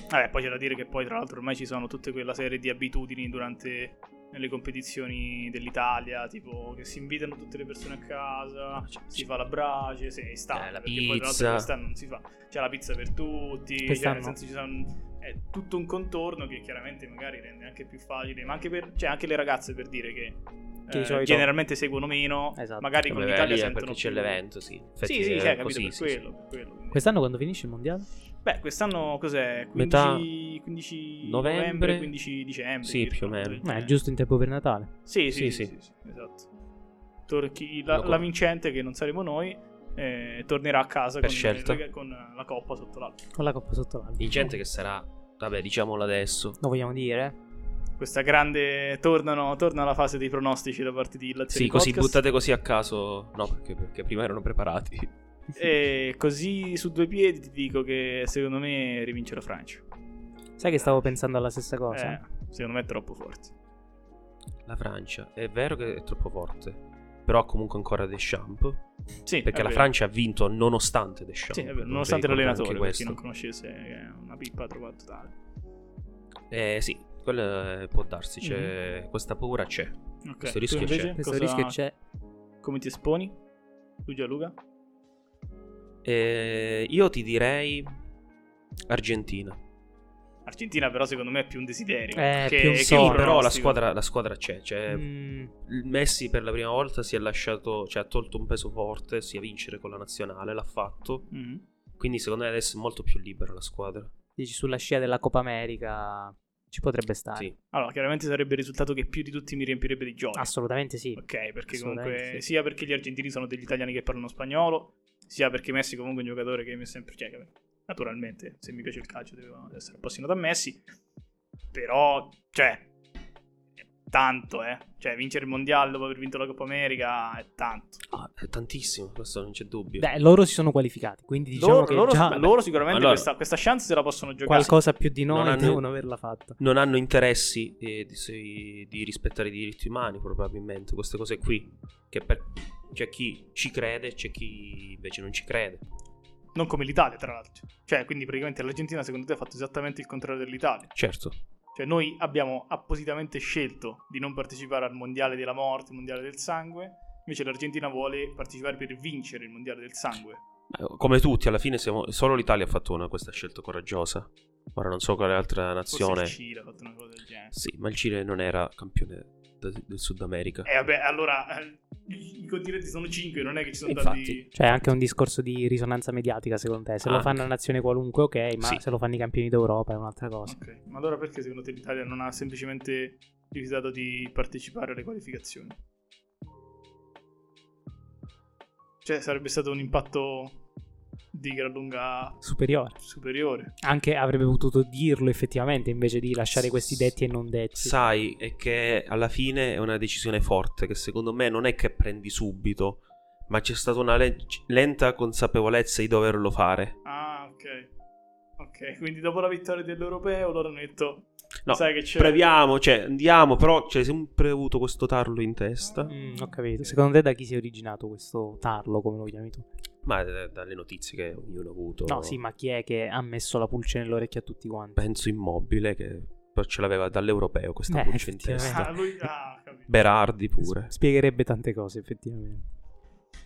S2: Vabbè, Eh, poi c'è da dire che poi tra l'altro ormai ci sono tutta quella serie di abitudini durante le competizioni dell'Italia, tipo che si invitano tutte le persone a casa,
S3: Cioè,
S2: si fa la brace, se sta,
S3: Eh, la
S2: perché poi tra l'altro
S3: pizza.
S2: quest'anno non si fa, c'è la pizza per tutti, cioè,
S1: Quest'anno?
S2: nel senso ci sono è tutto un contorno che chiaramente magari rende anche più facile, ma anche per cioè, anche le ragazze per dire che,
S1: Che di
S2: eh,
S1: solito-
S2: generalmente seguono meno,
S1: Esatto.
S2: magari
S3: Vabbè,
S2: con l'Italia
S3: lì è
S2: sentono
S3: Cioè, perché c'è
S2: più-
S3: l'evento, sì.
S2: Sì,
S3: Infatti
S2: sì,
S3: è
S2: sì, hai capito
S3: così,
S2: per
S3: sì, sì.
S2: quello, per quello. quindi.
S1: Quest'anno quando finisce il mondiale?
S2: Beh, quest'anno cos'è? 15,
S3: Metà
S2: 15 novembre,
S3: novembre,
S2: 15 dicembre.
S3: sì, più o
S2: circa,
S3: meno.
S2: qualcosa
S1: Eh,
S2: del
S1: giusto in tempo per Natale.
S2: genere. Sì, sì, sì,
S3: Sì,
S2: sì,
S3: sì.
S2: sì, esatto. Torchi- la,
S3: Lo-
S2: la vincente, che non saremo noi, eh, tornerà a casa
S3: Per
S2: con,
S3: scelta.
S2: le- con la coppa sotto l'altro.
S1: Con la coppa sotto l'albero.
S3: Di gente che sarà, vabbè, diciamolo adesso.
S1: Lo vogliamo dire?
S2: Questa grande... Tornano, torna la fase dei pronostici da parte di Lazio
S3: Sì,
S2: di
S3: così
S2: Podcast.
S3: buttate così a caso. No, perché, perché prima erano preparati.
S2: E così su due piedi ti dico che secondo me rivince la Francia.
S1: Sai che stavo pensando alla stessa
S3: Ah,
S1: cosa?
S2: Eh, secondo me è troppo forte.
S3: La Francia è vero che è troppo forte, però ha comunque ancora Deschamps.
S2: Sì,
S3: Perché
S2: è
S3: la
S2: vero.
S3: Francia ha vinto nonostante Deschamps.
S2: Sì, è vero,
S3: non
S2: nonostante
S3: vi ricordo
S2: l'allenatore, per
S3: anche
S2: chi
S3: questo.
S2: non conoscesse, è una pippa trovata totale.
S3: Eh sì, quello eh, può darsi. c'è- Questa paura c'è.
S2: Ok,
S3: Questo rischio
S2: tu invece
S3: c'è.
S1: Questo
S2: cosa-
S1: rischio c'è.
S2: Come ti esponi? Tu Gianluca?
S3: Eh, io ti direi Argentina.
S2: Argentina però secondo me è più un desiderio.
S1: Eh,
S2: che,
S1: più un
S2: che
S1: Sì,
S3: Sì,
S2: un
S1: sogno.
S3: però la
S2: pronostico.
S3: squadra, la squadra c'è. Cioè,
S1: Mm,
S3: il Messi per la prima volta si è lasciato, cioè ha tolto un peso forte sia a vincere con la nazionale, l'ha fatto.
S2: Mhm.
S3: Quindi secondo me adesso è molto più libera la squadra.
S1: dici sulla scia della Coppa America ci potrebbe stare.
S3: Sì.
S2: Allora, chiaramente sarebbe il risultato che più di tutti mi riempirebbe di gioia.
S1: Assolutamente sì.
S2: Ok, perché
S1: Assolutamente
S2: comunque
S1: sì.
S2: sia perché gli argentini sono degli italiani che parlano spagnolo, sia perché Messi comunque è un giocatore che mi è sempre... Cioè, che- naturalmente, se mi piace il calcio devo essere appassionato a Messi, però, cioè, è tanto, eh. Cioè, vincere il Mondiale dopo aver vinto la Coppa America è tanto.
S3: Ah, è tantissimo, questo non c'è dubbio.
S1: Beh, loro si sono qualificati, quindi diciamo
S2: loro,
S1: che
S2: loro-
S1: già
S2: ma loro sicuramente
S3: Allora.
S2: questa, questa chance se la possono giocare.
S1: qualcosa più di noi
S3: Non hanno-
S1: devono averla fatta.
S3: Non hanno interessi eh, di, sui- di rispettare i diritti umani, probabilmente, queste cose qui. Che per- c'è chi ci crede, c'è chi invece non ci crede.
S2: Non come l'Italia, tra l'altro. Cioè, quindi praticamente l'Argentina, secondo te, ha fatto esattamente il contrario dell'Italia.
S3: Certo.
S2: Cioè, noi abbiamo appositamente scelto di non partecipare al Mondiale della Morte, il Mondiale del Sangue. Invece l'Argentina vuole partecipare per vincere il Mondiale del Sangue.
S3: Eh, Come tutti, alla fine siamo- solo l'Italia ha fatto una, questa scelta coraggiosa. Ora non so quale altra
S2: Forse
S3: nazione.
S2: il Cile ha fatto una cosa del genere.
S3: Sì, ma il Cile non era campione de- del Sud America.
S2: E vabbè, allora, eh, i i continenti sono cinque, non è che ci sono
S3: Infatti.
S2: tanti...
S1: Cioè, anche un discorso di risonanza mediatica, secondo te. Se lo
S3: Anche.
S1: fanno una nazione qualunque, ok, ma
S3: Ah. Sì.
S1: se lo fanno i campioni d'Europa è un'altra cosa.
S2: Ok, ma allora perché secondo te l'Italia non ha semplicemente rifiutato di partecipare alle qualificazioni? Cioè, sarebbe stato un impatto di gran lunga
S1: Superiore.
S2: superiore.
S1: Anche avrebbe potuto dirlo effettivamente invece di lasciare questi detti e non detti.
S3: Sai, è che alla fine è una decisione forte che secondo me non è che prendi subito, ma c'è stata una le- lenta consapevolezza di doverlo fare.
S2: Ah, ok. Ok, quindi dopo la vittoria dell'Europeo loro hanno detto...
S3: No,
S2: sai che c'è...
S3: Previamo, cioè andiamo, però c'è sempre avuto questo tarlo in testa,
S1: Mm, ho capito. Secondo te da chi si è originato questo tarlo, come lo chiami tu?
S3: ma eh, dalle notizie che ognuno ha avuto.
S1: No, sì, ma chi è che ha messo la pulce nell'orecchia a tutti quanti?
S3: Penso immobile che però ce l'aveva dall'europeo questa
S1: Eh,
S3: pulce in testa.
S2: Ah, lui... Ah, capito.
S3: Berardi pure.
S1: Spiegherebbe tante cose, effettivamente.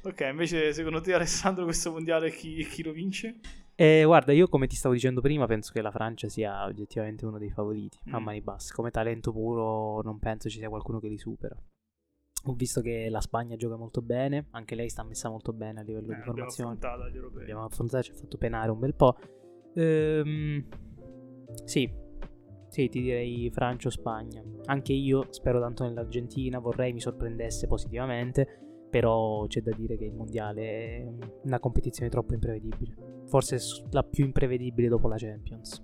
S2: Ok, invece secondo te Alessandro questo mondiale chi, chi lo vince?
S1: Eh, guarda, io come ti stavo dicendo prima, penso che la Francia sia oggettivamente uno dei favoriti a
S2: Mm.
S1: mani basse. Come talento puro, non penso ci sia qualcuno che li supera. Ho visto che la Spagna gioca molto bene, anche lei sta messa molto bene a livello
S2: Eh,
S1: di
S2: l'abbiamo
S1: formazione.
S2: affrontata agli europei.
S1: Abbiamo affrontato, ci ha fatto penare un bel po'. Ehm, sì, sì, ti direi Francia o Spagna. Anche io spero tanto nell'Argentina, vorrei mi sorprendesse positivamente. Però c'è da dire che il mondiale è una competizione troppo imprevedibile. Forse s- la più imprevedibile dopo la Champions.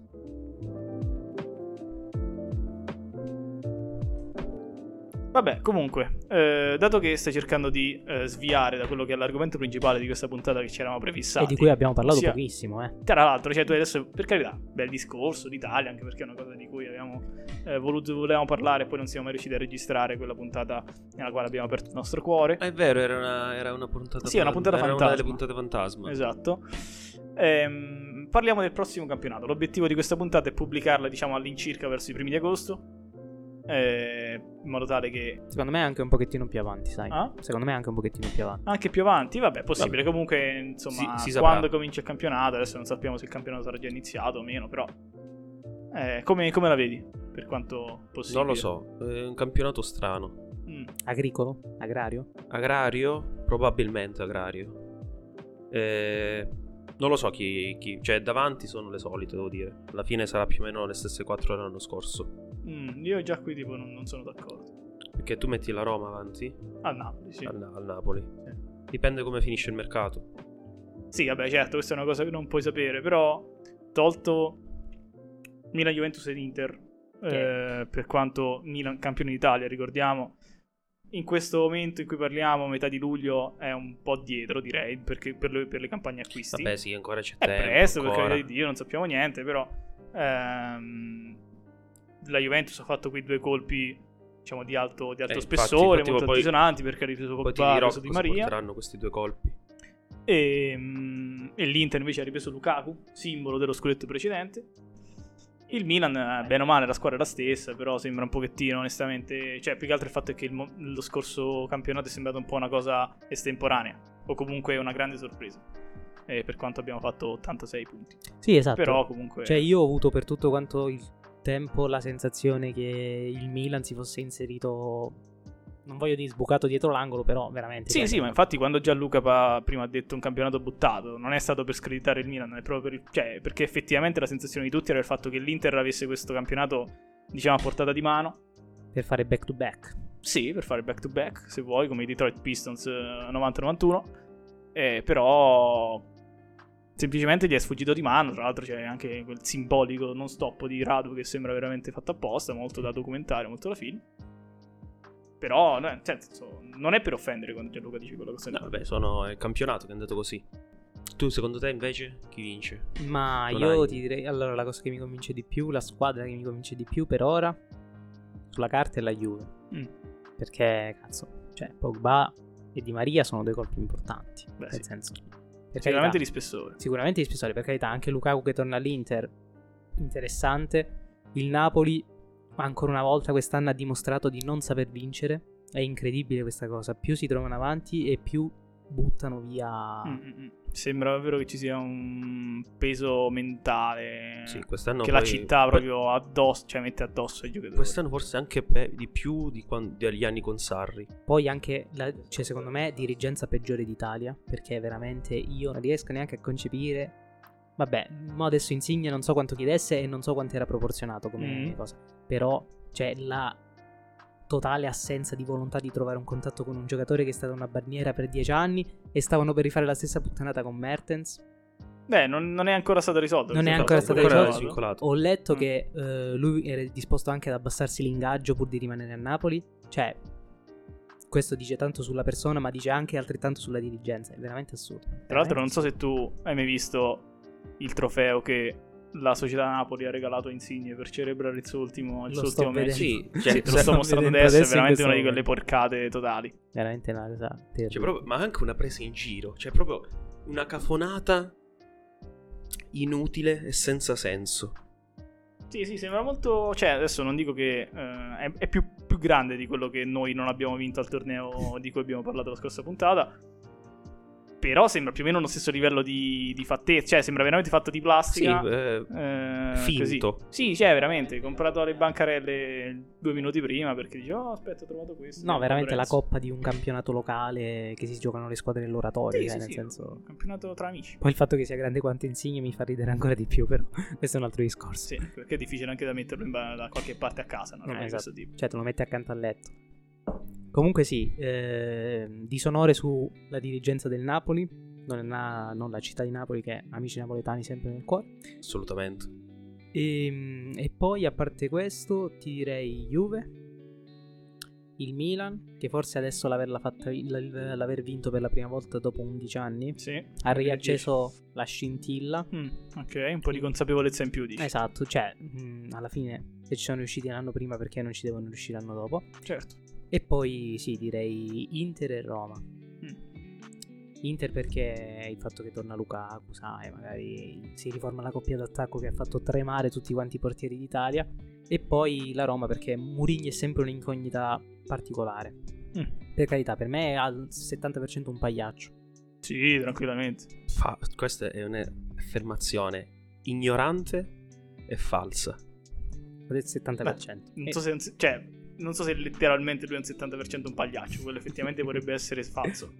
S2: Vabbè, comunque, eh, dato che stai cercando di eh, sviare da quello che è l'argomento principale di questa puntata che ci eravamo prefissati,
S1: E di cui abbiamo parlato
S2: sia-
S1: pochissimo, eh.
S2: tra l'altro, cioè, tu adesso, per carità, bel discorso d'Italia, anche perché è una cosa di cui abbiamo eh, voluto, volevamo parlare e poi non siamo mai riusciti a registrare quella puntata nella quale abbiamo aperto il nostro cuore.
S3: Ah, È vero, era una, era una puntata
S2: Sì, è una puntata
S3: era
S2: fantasma.
S3: Una delle puntate fantasma.
S2: Esatto. Ehm, parliamo del prossimo campionato. L'obiettivo di questa puntata è pubblicarla, diciamo, all'incirca verso i primi di agosto. eh, in modo tale che
S1: Secondo me è anche un pochettino più avanti, sai.
S2: Ah?
S1: Secondo me è anche un pochettino più avanti.
S2: anche più avanti, vabbè, è possibile. Comunque, insomma,
S3: Si- si saprà.
S2: quando comincia il campionato, adesso non sappiamo se il campionato sarà già iniziato o meno, però. eh, come, come la vedi? Per quanto possibile.
S3: Non lo so, è un campionato strano.
S2: Mm.
S1: Agricolo? Agrario?
S3: Agrario? Probabilmente agrario. Eh, non lo so chi, chi- Cioè, davanti sono le solite, devo dire. Alla fine sarà più o meno le stesse quattro dell'anno scorso.
S2: Mm, io già qui, tipo, non, non sono d'accordo.
S3: Perché tu metti la Roma avanti
S2: A Napoli, sì.
S3: al, al Napoli. Dipende come finisce il mercato.
S2: Sì, vabbè, certo, questa è una cosa che non puoi sapere, però tolto Milan Juventus ed Inter, eh, per quanto Milan campione d'Italia, ricordiamo, in questo momento in cui parliamo, metà di luglio è un po' dietro, direi, perché per, le, per le campagne acquisti.
S3: Vabbè, sì, ancora c'è
S2: è
S3: tempo.
S2: presto, per
S3: ancora.
S2: carità di Dio, non sappiamo niente, però ehm, la Juventus ha fatto qui due colpi diciamo di alto, di alto
S3: Eh, infatti,
S2: spessore,
S3: infatti,
S2: molto
S3: poi-
S2: altisonanti, perché ha ripreso
S3: Poi ti
S2: Pogba, ha
S3: dirò
S2: preso Di
S3: cosa
S2: Maria.
S3: porteranno questi due colpi.
S2: E, mm, e l'Inter invece ha ripreso Lukaku, simbolo dello scudetto precedente. Il Milan, eh, bene o male, la squadra è la stessa, però sembra un pochettino, onestamente... Cioè, più che altro il fatto è che il mo- lo scorso campionato è sembrato un po' una cosa estemporanea, o comunque una grande sorpresa, eh, per quanto abbiamo fatto 86 punti.
S1: Sì, esatto.
S2: Però comunque...
S1: Cioè, io ho avuto per tutto quanto il tempo la sensazione che il Milan si fosse inserito. Non voglio dire sbucato dietro l'angolo, però veramente.
S2: Sì,
S1: cioè,
S2: sì, ma infatti quando Gianluca pa- prima ha detto un campionato buttato, non è stato per screditare il Milan, è proprio per il- cioè, perché effettivamente la sensazione di tutti era il fatto che l'Inter avesse questo campionato, diciamo, a portata di mano,
S1: Per fare back to back.
S2: Sì, per fare back to back, se vuoi, come i Detroit Pistons eh, 90-91. Eh, però semplicemente gli è sfuggito di mano. Tra l'altro c'è anche quel simbolico non stop di Radu che sembra veramente fatto apposta, molto da documentario, molto da film. Però, no, nel senso, non è per offendere quando Gianluca dice quella cosa. lì.
S3: No, vabbè, sono è il campionato che è andato così. Tu, secondo te, invece, chi vince?
S1: Ma
S3: Non
S1: io
S3: hai-
S1: ti direi. Allora, la cosa che mi convince di più, la squadra che mi convince di più per ora, sulla carta è la Juve.
S2: Mm.
S1: Perché, cazzo, cioè, Pogba e Di Maria sono due colpi importanti.
S2: Beh,
S1: nel
S2: sì.
S1: senso. per carità.
S2: Sicuramente di spessore.
S1: sicuramente di spessore, per carità, anche Lukaku che torna all'Inter, interessante. Il Napoli, ancora una volta, quest'anno ha dimostrato di non saper vincere. È incredibile questa cosa. Più si trovano avanti e più buttano
S3: Ah.
S1: via.
S2: Mm, mm, mm. Sembra davvero che ci sia un peso mentale.
S3: Sì, quest'anno
S2: che la
S3: poi-
S2: città
S3: que-
S2: proprio addosso, cioè mette addosso ai giocatori.
S3: Quest'anno forse anche pe- di più di quan- degli anni con Sarri.
S1: Poi anche, la, cioè, secondo me, dirigenza peggiore d'Italia. Perché veramente io non riesco neanche a concepire. Vabbè, mo adesso Insigne non so quanto chiedesse e non so quanto era proporzionato come
S2: Mm.
S1: cosa. Però, c'è la totale assenza di volontà di trovare un contatto con un giocatore che è stata una barriera per dieci anni e stavano per rifare la stessa puttanata con Mertens.
S2: Beh, non, non è ancora stato risolto.
S1: Non è ancora
S2: questa cosa.
S1: stato Oh.
S3: ancora
S1: risolto.
S3: svincolato.
S1: Ho letto
S2: Mm.
S1: che eh, lui era disposto anche ad abbassarsi l'ingaggio pur di rimanere a Napoli. Cioè, questo dice tanto sulla persona, ma dice anche altrettanto sulla dirigenza. È veramente assurdo.
S2: Tra l'altro, non so se tu hai mai visto il trofeo che la società Napoli ha regalato a Insigne per celebrare il suo ultimo, il
S1: Lo
S2: suo
S1: sto
S2: ultimo match.
S1: vedendo.
S3: Sì, cioè,
S2: Te lo sto
S1: Sto
S2: mostrando
S1: vedendo
S2: adesso, è
S1: adesso in
S2: veramente
S1: questo
S2: una di quelle
S1: momento.
S2: porcate totali.
S1: Veramente una cosa terribile.
S3: Cioè, proprio- ma anche una presa in giro. Cioè, proprio una cafonata inutile e senza senso.
S2: Sì, sì, sembra molto. Cioè, adesso non dico che eh, è, è più, più grande di quello che noi non abbiamo vinto al torneo di cui abbiamo parlato la scorsa puntata. Però sembra più o meno lo stesso livello di, di fattezza. Cioè, sembra veramente fatto di
S3: Sì,
S2: plastica.
S3: eh,
S2: Eh,
S3: Finto.
S2: così. Sì, cioè, veramente. Comprato alle bancarelle due minuti prima perché dice: Oh, aspetta, ho trovato questo.
S1: No, veramente la
S2: Lorenzo."
S1: coppa di un campionato locale che si giocano le squadre nell'oratorio.
S2: Sì,
S1: cioè,
S2: sì,
S1: nel
S2: sì,
S1: senso.
S2: un campionato tra amici.
S1: Poi il fatto che sia grande quanto Insigne mi fa ridere ancora di più, però questo è un altro discorso.
S2: Sì, perché è difficile anche da metterlo in ba- da qualche parte a casa. No?
S1: No,
S2: Ormai
S1: esatto.
S2: questo tipo.
S1: Cioè, te lo metti accanto al letto. Comunque sì, ehm, disonore sulla dirigenza del Napoli, non, ha- non la città di Napoli che amici napoletani sempre nel cuore.
S3: assolutamente.
S1: Ehm, E, poi a parte questo ti direi Juve, il Milan, che forse adesso l'averla fatta- l- l'aver vinto per la prima volta dopo 11 anni,
S2: Sì.
S1: ha riacceso la scintilla.
S2: Mm, ok, un po' di consapevolezza in più, dici.
S1: Esatto, cioè mh, alla fine se ci sono riusciti l'anno prima perché non ci devono riuscire l'anno dopo.
S2: Certo.
S1: E poi sì, direi Inter e Roma.
S2: Mm.
S1: Inter perché il fatto che torna Lukaku, sai, magari si riforma la coppia d'attacco che ha fatto tremare tutti quanti i portieri d'Italia. E poi la Roma perché Murigni è sempre un'incognita particolare.
S2: Mm.
S1: Per carità, per me è al 70% un pagliaccio.
S2: Sì, tranquillamente.
S3: Fa- questa è un'affermazione ignorante e falsa.
S1: Ho detto 70%.
S2: Non
S1: Eh,
S2: so se, cioè, non so se letteralmente lui è un 70% un pagliaccio, quello effettivamente potrebbe essere falso.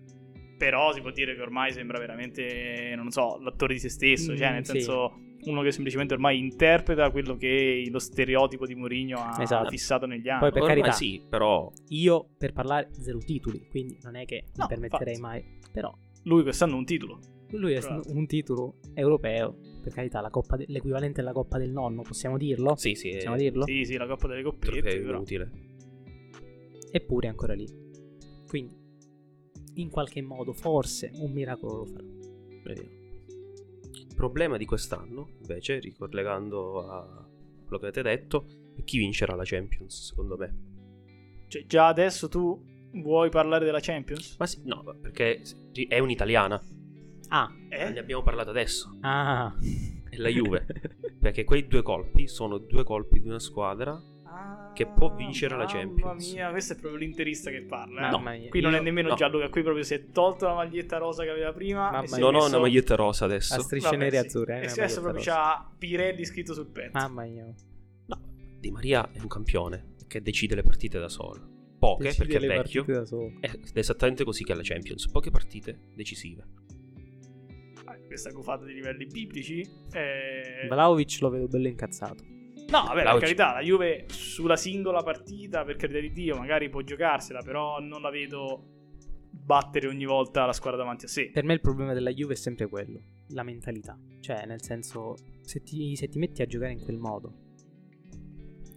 S2: Però si può dire che ormai sembra veramente, non so, l'attore di se stesso, cioè
S1: Mm,
S2: nel
S1: sì.
S2: senso uno che semplicemente ormai interpreta quello che lo stereotipo di Mourinho ha
S1: Esatto.
S2: fissato negli anni.
S1: Poi per
S3: Ormai
S1: carità.
S3: sì, però
S1: Io per parlare zero titoli, quindi non è che mi
S2: No,
S1: permetterei
S2: infatti.
S1: mai. Però
S2: Lui quest'anno un titolo.
S1: lui è
S2: Tra l'altro.
S1: un titolo europeo. Per carità, la Coppa de- l'equivalente alla Coppa del Nonno, possiamo dirlo?
S3: sì, Eh, sì, è
S1: Possiamo dirlo?
S2: Sì, sì, la Coppa delle Coppette,
S3: trofeo
S2: però.
S3: inutile.
S1: Eppure è ancora lì. Quindi, in qualche modo, forse un miracolo lo farà.
S3: Vediamo. Il problema di quest'anno, invece, ricollegando a quello che avete detto, è chi vincerà la Champions, secondo me.
S2: Cioè, già adesso tu vuoi parlare della Champions?
S3: Ma sì, no, perché è un'italiana.
S1: Ah,
S2: Eh?
S3: Ne abbiamo parlato adesso.
S1: ah.
S3: È la Juve. perché quei due colpi sono due colpi di una squadra. che può vincere la
S2: Ah, Mamma
S3: Champions.
S2: mia, questo è proprio l'interista che parla. eh.
S3: No,
S1: Mamma mia.
S2: Qui non è
S1: Io-
S2: nemmeno
S3: no.
S2: Gianluca, qui proprio si è tolto la maglietta rosa che aveva prima.
S1: Mamma
S2: e si
S1: mia.
S2: è
S3: Non ho
S2: messo-
S3: una maglietta rosa
S1: a
S3: adesso.
S1: strisce
S2: Vabbè,
S1: nere e
S2: sì.
S1: azzurre. eh,
S2: E
S1: una
S2: adesso
S1: maglietta
S2: proprio
S1: rosa.
S2: c'ha Pirelli scritto sul petto.
S3: Ah.
S1: Mamma mia.
S3: Di Maria è un campione che decide le partite da solo. Poche,
S1: Decide
S3: perché è
S1: le
S3: vecchio.
S1: partite da solo.
S3: Ed è esattamente così che è la Champions. Poche partite decisive.
S2: Ah, Questa cufata di livelli biblici. eh,
S1: Vlaovic lo vedo bello incazzato.
S2: No, vabbè, per
S3: Vlahovic.
S2: carità, la Juve sulla singola partita, per carità di Dio, magari può giocarsela, però non la vedo battere ogni volta la squadra davanti a
S3: Eh,
S2: sé.
S1: Per me il problema della Juve è sempre quello, la mentalità. Cioè, nel senso, se ti, se ti metti a giocare in quel modo,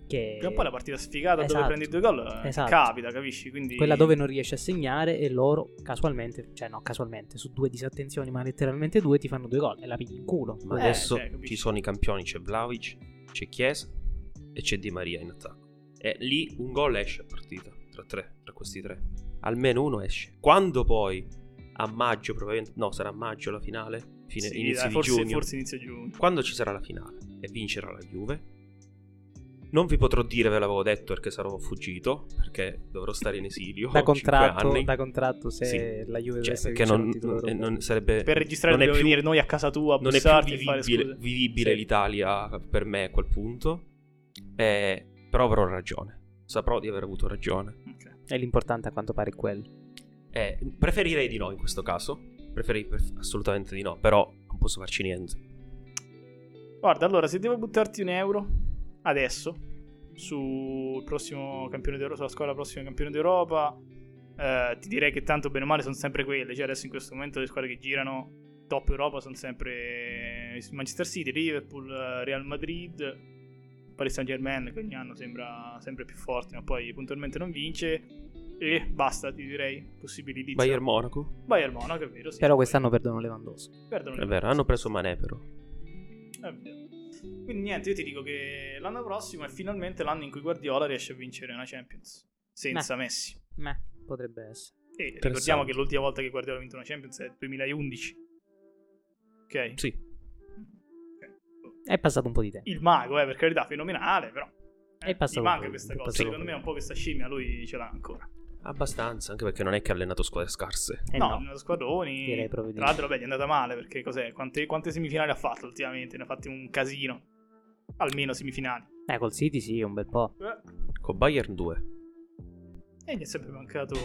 S1: che...
S2: Prima o poi la partita sfigata dove
S1: Esatto.
S2: prendi due gol eh,
S1: Esatto.
S2: capita, capisci? Quindi...
S1: Quella dove non riesci a segnare e loro casualmente, cioè no, casualmente, su due disattenzioni, ma letteralmente due, ti fanno due gol e la pigli in culo.
S3: Ma
S2: Eh,
S3: adesso
S2: cioè, capisci.
S3: ci sono i campioni, c'è Vlaovic, c'è Chiesa e c'è Di Maria in attacco. E lì un gol esce a partita, tra tre, tra questi tre. Almeno uno esce. Quando poi a maggio, probabilmente, no, sarà a maggio la finale, fine,
S2: Sì,
S3: inizio
S2: dai,
S3: di
S2: forse,
S3: giugno.
S2: Forse inizio giugno.
S3: Quando ci sarà la finale e vincerà la Juve, non vi potrò dire, ve l'avevo detto perché sarò fuggito, perché dovrò stare in esilio.
S1: Da
S3: cinque
S1: contratto,
S3: anni.
S1: da contratto se
S3: Sì.
S1: la Juve
S3: Cioè,
S1: dovesse
S3: perché
S1: vincere
S3: non,
S1: il titolo
S3: non-
S1: europeo.
S3: non sarebbe
S2: Per registrare
S3: Eh, non è
S2: dobbiamo
S3: più-
S2: venire noi a casa tua a
S3: non è
S2: bussarti
S3: più
S2: e fare
S3: vivibile,
S2: scuse.
S3: vivibile
S2: Sì.
S3: l'Italia per me a quel punto. Eh, però avrò ragione. Saprò di aver avuto ragione.
S2: Ok.
S1: E l'importante a quanto pare è quello.
S3: Eh, preferirei di no in questo caso. Preferirei per- assolutamente di no. Però non posso farci niente.
S2: Guarda, allora, se devo buttarti un euro adesso sul prossimo campione d'Europa, sulla squadra prossima campione d'Europa, eh, ti direi che tanto bene o male sono sempre quelle. Cioè, adesso in questo momento le squadre che girano top Europa sono sempre Manchester City, Liverpool, eh, Real Madrid, Paris Saint Germain, che ogni anno sembra sempre più forte, ma poi puntualmente non vince. E basta, ti direi. Possibili di
S3: Bayern Monaco.
S2: Bayern Monaco, è vero. Sì,
S1: Però quest'anno perdono Lewandowski.
S2: perdono
S3: È vero, hanno preso Mané però.
S2: È vero. Quindi niente, io ti dico che l'anno prossimo è finalmente l'anno in cui Guardiola riesce a vincere una Champions
S1: Eh.
S2: senza Messi.
S1: Meh, potrebbe essere.
S2: E ricordiamo
S3: Interessante.
S2: che l'ultima volta che Guardiola ha vinto una Champions è il 2011. Ok?
S3: Sì.
S2: Ok.
S1: È passato un po' di tempo.
S2: Il mago, eh, per carità, fenomenale, però.
S1: È
S2: Eh,
S1: passato
S2: gli manca
S1: un po'
S2: questa
S1: di- è
S2: cosa.
S1: passato
S2: Secondo
S1: un po'
S2: me
S1: di-
S2: un po' questa scimmia lui ce l'ha ancora.
S3: Abbastanza, anche perché non è che ha allenato squadre scarse.
S1: Eh
S2: no,
S1: no,
S2: nello squadroni.
S1: Direi proprio di
S2: Tra l'altro, vabbè, gli è andata male perché cos'è? Quante, quante semifinali ha fatto ultimamente? Ne ha fatti un casino. Almeno semifinali.
S1: Eh, col City sì, un bel po'.
S2: Eh.
S3: Con Bayern 2.
S2: E gli è sempre mancato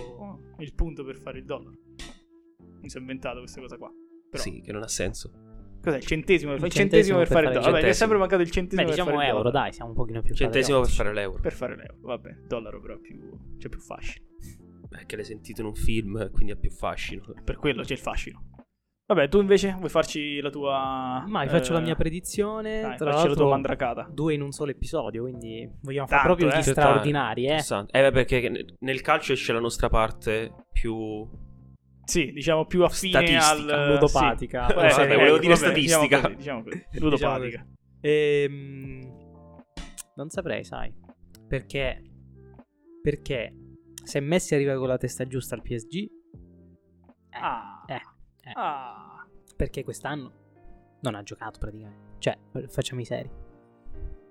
S2: il punto per fare il dollaro. Mi sono inventato questa cosa qua. Però,
S3: Sì, che non ha senso.
S2: Cos'è? Il centesimo per,
S1: Il
S2: il
S1: centesimo
S2: centesimo per fare
S1: per
S2: il
S1: fare il
S2: dollaro. Vabbè, gli è
S3: centesimo.
S2: sempre mancato il centesimo
S1: Beh, diciamo
S2: per fare il
S1: euro,
S2: dollaro.
S1: dai, siamo un pochino più
S3: Centesimo per
S1: patrioti.
S3: fare l'euro.
S2: Per fare l'euro, vabbè, dollaro però più... c'è più fascino.
S3: Eh, Perché l'hai sentito in un film, quindi ha più fascino.
S2: Per quello c'è il fascino. Vabbè, tu invece vuoi farci la tua.
S1: Ma vi faccio
S2: eh,
S1: la mia predizione.
S2: Dai,
S1: tra
S2: facci la
S1: l'altro,
S2: tua mandracata.
S1: due in un solo episodio, quindi vogliamo
S2: Tanto,
S1: fare proprio
S2: eh.
S1: gli straordinari, eh.
S3: Interessante. Eh, beh, perché ne- nel calcio esce la nostra parte più...
S2: Sì, diciamo più affine
S3: Statistica.
S2: al.
S1: Ludopatica.
S2: sì. Eh,
S3: Vabbè, volevo dire
S2: vabbè, diciamo
S3: statistica.
S2: così, Diciamo così, Ludopatica.
S1: Ehm, non saprei, sai. Perché? Perché se Messi arriva con la testa giusta al PSG,
S2: Ah.
S1: eh, eh.
S2: Ah.
S1: perché quest'anno non ha giocato praticamente. Cioè, facciamo i seri.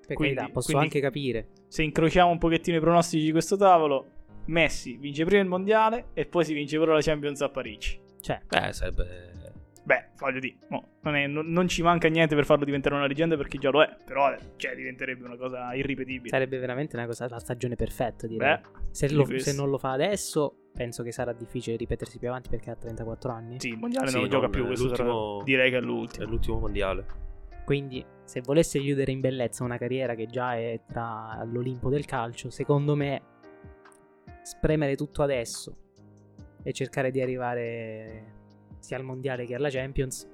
S1: Per
S2: Quindi-
S1: carità, posso
S2: quindi-
S1: anche capire.
S2: Se incrociamo un pochettino i pronostici di questo tavolo, Messi vince prima il mondiale e poi si vince pure la Champions a Parigi.
S1: Cioè,
S3: Beh, Eh, sarebbe...
S2: Beh, voglio dire, mo, non, è- non- non ci manca niente per farlo diventare una leggenda perché già lo è, però eh, cioè, diventerebbe una cosa irripetibile.
S1: sarebbe veramente una cosa, la stagione perfetta, direi.
S2: Beh,
S1: se, lo-
S2: di questo.
S1: se non lo fa adesso, penso che sarà difficile ripetersi più avanti perché ha 34 anni.
S2: sì, il mondiale
S3: Sì,
S2: Ah, non lo
S3: non-
S2: gioca più, questo
S3: l'ultimo-
S2: sarà- direi che è l'ultimo.
S3: È l'ultimo mondiale.
S1: Quindi, se volesse chiudere in bellezza una carriera che già è tra l'Olimpo del calcio, secondo me spremere tutto adesso e cercare di arrivare sia al mondiale che alla Champions,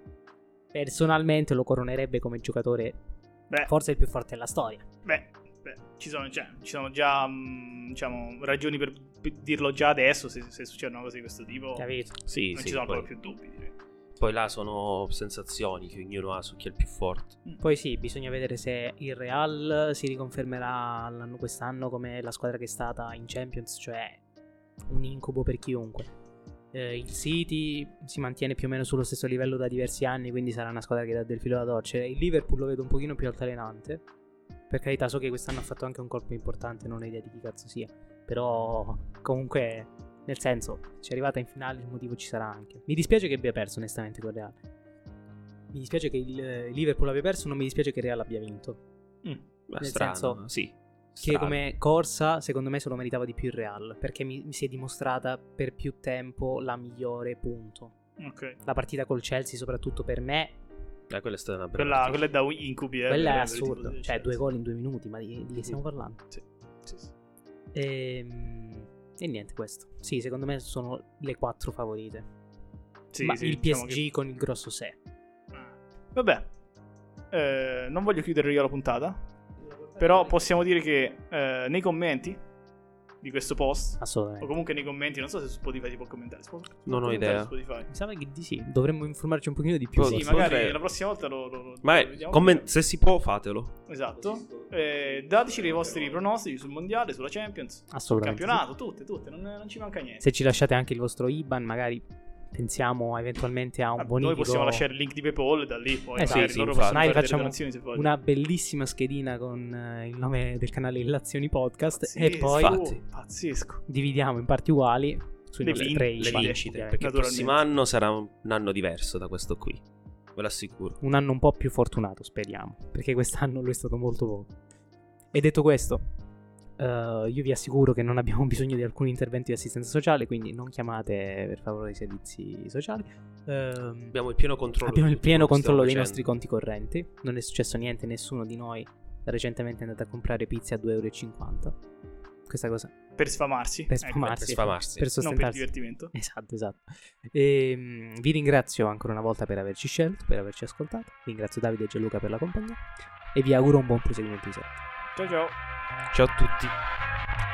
S1: personalmente lo coronerebbe come giocatore
S2: Beh,
S1: forse il più forte della storia.
S2: beh, beh, ci, sono, cioè, ci sono già mh, diciamo, ragioni per per dirlo già adesso, se, se succede una cosa di questo tipo, non
S1: Capito?
S3: Sì,
S2: ci
S3: sì.
S2: sono
S3: poi,
S2: proprio più dubbi. direi.
S3: poi là sono sensazioni che ognuno ha su chi è il più forte.
S1: Poi sì, bisogna vedere se il Real si riconfermerà l'anno- quest'anno come la squadra che è stata in Champions, cioè un incubo per chiunque. Eh, il City si mantiene più o meno sullo stesso livello da diversi anni, quindi sarà una squadra che dà del filo da torcere. Il Liverpool lo vedo un pochino più altalenante. Per carità, so che quest'anno ha fatto anche un colpo importante, non ho idea di chi cazzo sia. Però comunque, nel senso, ci è arrivata in finale, il motivo ci sarà anche. Mi dispiace che abbia perso, onestamente, col Real. Mi dispiace che il eh, Liverpool abbia perso, non mi dispiace che il Real abbia vinto.
S3: Ma
S1: Nel
S3: strano,
S1: senso
S3: sì.
S1: Che
S3: strano.
S1: come corsa, secondo me, se lo meritava di più il Real, perché mi, mi si è dimostrata per più tempo la migliore, punto.
S2: Ok.
S1: La partita col Chelsea, soprattutto per me,
S3: Eh, quella è stata una bella...
S2: Quella, quella è da incubi, eh,
S1: quella è
S2: per- per i
S1: assurda.
S2: tifosi,
S1: Cioè, due gol in due minuti, ma di, di che stiamo parlando?
S2: Sì, sì.
S1: Ehm, E, niente, questo. Sì, secondo me sono le quattro favorite.
S2: Sì,
S1: ma
S2: sì,
S1: il PSG
S2: diciamo che-
S1: con il grosso sé.
S2: Vabbè, Eh, non voglio chiudere io la puntata, però possiamo dire che eh, nei commenti di questo post, o
S1: Assolutamente.
S2: comunque nei commenti, non so se su Spotify si può commentare. si può- si può
S3: Non ho
S2: commentare
S3: idea.
S2: su Spotify?
S1: Mi sa che di sì. Dovremmo informarci un pochino di più.
S3: Sì,
S1: forse.
S2: Sì,
S3: Potrei-
S2: magari la prossima volta lo, lo, lo-
S3: Ma
S2: lo
S3: eh,
S2: vediamo.
S3: commen- se si può, fatelo.
S2: Esatto. Eh, dateci i vostri pronostici sul mondiale, sulla Champions, sul
S1: Assolutamente.
S2: campionato, tutte, tutte, non, non ci manca niente.
S1: Se ci lasciate anche il vostro IBAN, magari pensiamo eventualmente a un
S2: Vabbè,
S1: bonifico.
S2: Ah, Noi possiamo lasciare il link di PayPal da lì, poi
S1: Eh,
S2: magari
S3: sì, sì,
S2: loro
S3: infatti.
S2: possono
S1: Noi
S2: fare delle
S1: facciamo
S2: donazioni se vogliono.
S1: una bellissima schedina con eh, il nome del canale Illazioni Podcast e
S2: Pazzesco,
S1: poi
S3: Infatti.
S2: pazzesco.
S1: dividiamo in parti uguali sui
S2: Le
S1: nostri
S2: vin-
S1: tre
S2: le
S1: IBAN,
S3: Le
S2: Sì,
S3: vincite.
S1: ovviamente.
S3: Perché il prossimo
S2: naturalmente.
S3: anno sarà un un anno diverso da questo qui. Ve lo assicuro.
S1: un anno un po' più fortunato, speriamo, perché quest'anno lo è stato molto poco. E detto questo, eh, io vi assicuro che non abbiamo bisogno di alcun intervento di assistenza sociale, quindi non chiamate per favore i servizi sociali. Ehm,
S3: Abbiamo il pieno controllo.
S1: Abbiamo
S3: di
S1: il
S3: tutto
S1: pieno
S3: quello che
S1: controllo dei
S3: stiamo
S1: nostri conti correnti. Non è successo niente, nessuno di noi recentemente è andato a comprare pizza a 2,50€. Questa cosa
S2: per sfamarsi,
S1: per
S2: ecco,
S1: sfamarsi,
S3: Eh, per
S1: per
S3: sfamarsi.
S2: non per il
S1: sostentarsi.
S2: divertimento.
S1: esatto, esatto. Ehm, vi ringrazio ancora una volta per averci scelto, per averci ascoltato. Ringrazio Davide e Gianluca per la compagnia e vi auguro un buon proseguimento di serata.
S2: Ciao ciao.
S3: facendo. Ciao a tutti.